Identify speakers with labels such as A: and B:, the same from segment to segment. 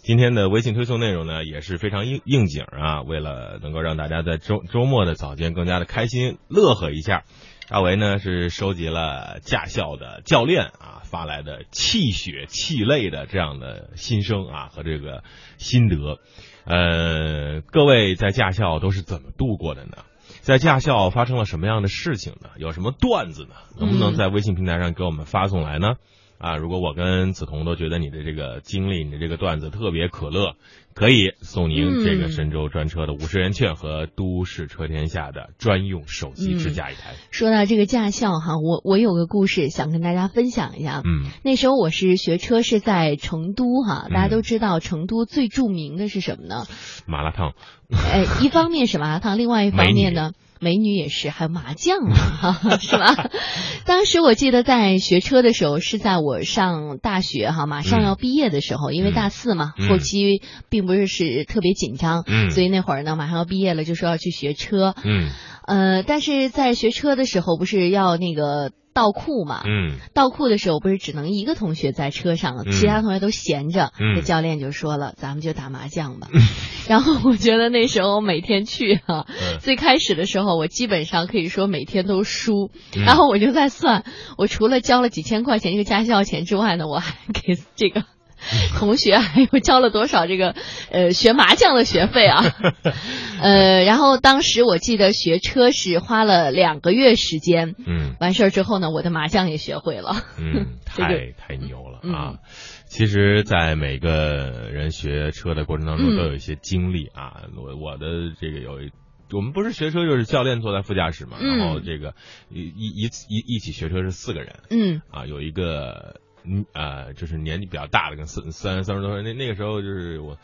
A: 今天的微信推送内容呢也是非常应应景啊，为了能够让大家在周周末的早间更加的开心乐呵一下，大为呢是收集了驾校的教练啊发来的气血气泪的这样的心声啊和这个心得，呃，各位在驾校都是怎么度过的呢？在驾校发生了什么样的事情呢？有什么段子呢？能不能在微信平台上给我们发送来呢？啊，如果我跟梓潼都觉得你的这个经历、你的这个段子特别可乐，可以送您这个
B: 嗯
A: 神州专车的五十元券和都市车天下的专用手机支架一台。
B: 说到这个驾校哈，我我有个故事想跟大家分享一下。
A: 嗯
B: 那时候我是学车，是在成都哈，
A: 嗯
B: 大家都知道成都最著名的是什么呢？
A: 麻辣烫，
B: 哎，一方面是麻辣烫，另外一方面呢，美女也是，还有麻将啊， 是吧？当时我记得在学车的时候，是在我上大学哈，马上要毕业的时候，因为大四嘛，
A: 嗯
B: 后期并不是是特别紧张，
A: 嗯
B: 所以那会儿呢，马上要毕业了，就说要去学车，
A: 嗯
B: 呃，但是在学车的时候，不是要那个倒库嘛，
A: 嗯
B: 到库的时候，不是只能一个同学在车上，
A: 嗯
B: 其他同学都闲着。
A: 嗯
B: 那教练就说了：“咱们就打麻将吧。 然后我觉得那时候每天去啊，
A: 嗯
B: 最开始的时候我基本上可以说每天都输。
A: 嗯
B: 然后我就在算，我除了交了几千块钱这个家校钱之外呢，我还给这个。
A: 嗯
B: 同学还有交了多少这个呃学麻将的学 费啊？呃，然后当时我记得学车是花了两个月时间，
A: 嗯
B: 完事儿之后呢，我的麻将也学会了。
A: 嗯，
B: 这
A: 太
B: 个
A: 太牛了
B: 嗯
A: 啊！其实，在每个人学车的过程当中，
B: 嗯
A: 都有一些经历啊。我我的这个有一。我们不是学车，就是教练坐在副驾驶嘛，
B: 嗯
A: 然后这个一一一一一起学车是四个人，
B: 嗯
A: 啊，有一个嗯呃，就是年纪比较大的，跟三三三十多岁，那那个时候就是我，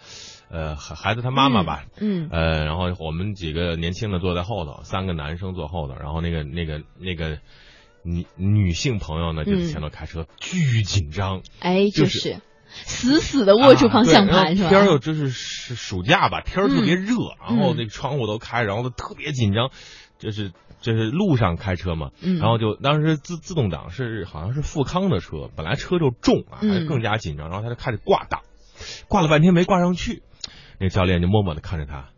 A: 呃，孩孩子他妈妈吧，
B: 嗯
A: 呃，然后我们几个年轻的坐在后头，三个男生坐后头，然后那个那个那个女女性朋友呢，
B: 嗯
A: 就是前头开车，巨紧张，，
B: 哎，
A: 就
B: 就是是死死的握住方向盘、是
A: 啊对然后
B: 吧？
A: 天儿又就是暑暑假吧，天儿特别热，然后
B: 嗯
A: 那个窗户都开，然后都特别紧张，就是就是路上开车嘛，
B: 嗯，
A: 然后就当时自自动挡是好像是富康的车，本来车就重啊，
B: 嗯
A: 还更加紧张，然后他就开始挂档，挂了半天没挂上去，那个教练就默默的看着他，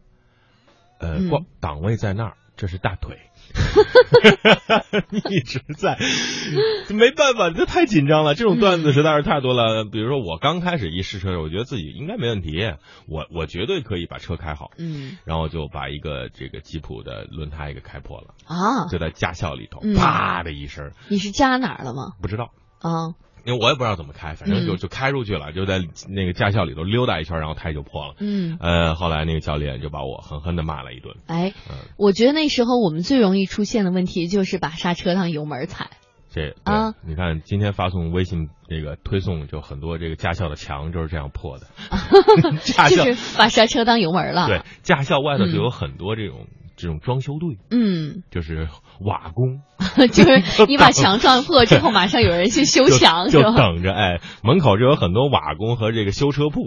A: 呃，
B: 嗯
A: 挂档位在那儿，这是大腿。 一直在，没办法，这太紧张了。这种段子实在是太多了。比如说，我刚开始一试车，我觉得自己应该没问题，我我绝对可以把车开好，
B: 嗯
A: 然后就把一个这个吉普的轮胎给开破了。
B: 啊，
A: 就在驾校里头，
B: 嗯
A: 啪的一声，
B: 你是加哪儿了吗？
A: 不知道，
B: 啊，
A: 因为我也不知道怎么开，反正就
B: 嗯
A: 就开出去了，就在那个驾校里头溜达一圈，然后胎就破了。
B: 嗯，
A: 呃，后来那个教练就把我狠狠的骂了一顿。
B: 哎
A: 嗯，
B: 我觉得那时候我们最容易出现的问题就是把刹车当油门踩。
A: 这对
B: 啊
A: 你看今天发送微信这个推送，就很多这个驾校的墙就是这样破 的。驾校
B: 就是把刹车当油门了。
A: 啊对，驾校外头就
B: 嗯
A: 有很多这种这种装修队，
B: 嗯，
A: 就是瓦工，
B: 就是你 把墙撞破之后，马上有人去修
A: 就
B: 墙，
A: 就是
B: 吧？
A: 等着哎，门口就有很多瓦工和这个修车铺，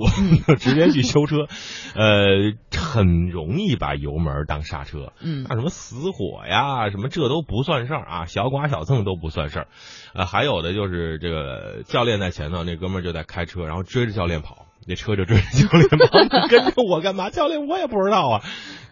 A: 直接去修车，呃，很容易把油门当刹车。
B: 嗯
A: 啊那什么死火呀，什么这都不算事儿啊，小剐小蹭都不算事儿，呃，还有的就是这个教练在前头，那哥们儿就在开车，然后追着教练跑，那车就追着教练跑， 跟着我干嘛？教练我也不知道啊，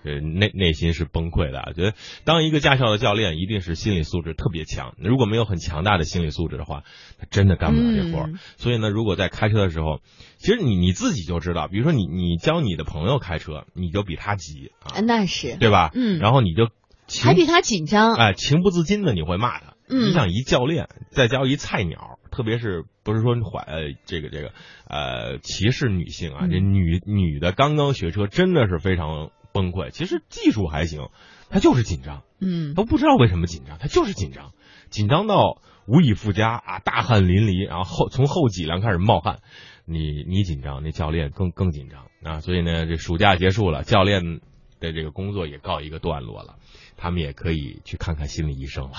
A: 呃，内内心是崩溃的啊。觉得当一个驾校的教练，一定是心理素质特别强，如果没有很强大的心理素质的话，他真的干不了这活儿。
B: 嗯
A: 所以呢，如果在开车的时候，其实你你自己就知道，比如说你你教你的朋友开车，你就比他急啊
B: 哎，那是，
A: 对吧？
B: 嗯
A: 然后你就情
B: 还比他紧张。
A: 哎情不自禁的你会骂他。
B: 嗯
A: 你想一教练，再教一菜鸟，特别是不是说怀呃这个这个呃歧视女性啊，
B: 嗯
A: 这女女的刚刚学车真的是非常崩溃。其实技术还行，她就是紧张，
B: 嗯
A: 都不知道为什么紧张，她就是紧张，紧张到无以复加啊，大汗淋漓，然后后从后脊梁开始冒汗。你你紧张，那教练更更紧张啊。所以呢，这暑假结束了，教练的这个工作也告一个段落了，他们也可以去看看心理医生了。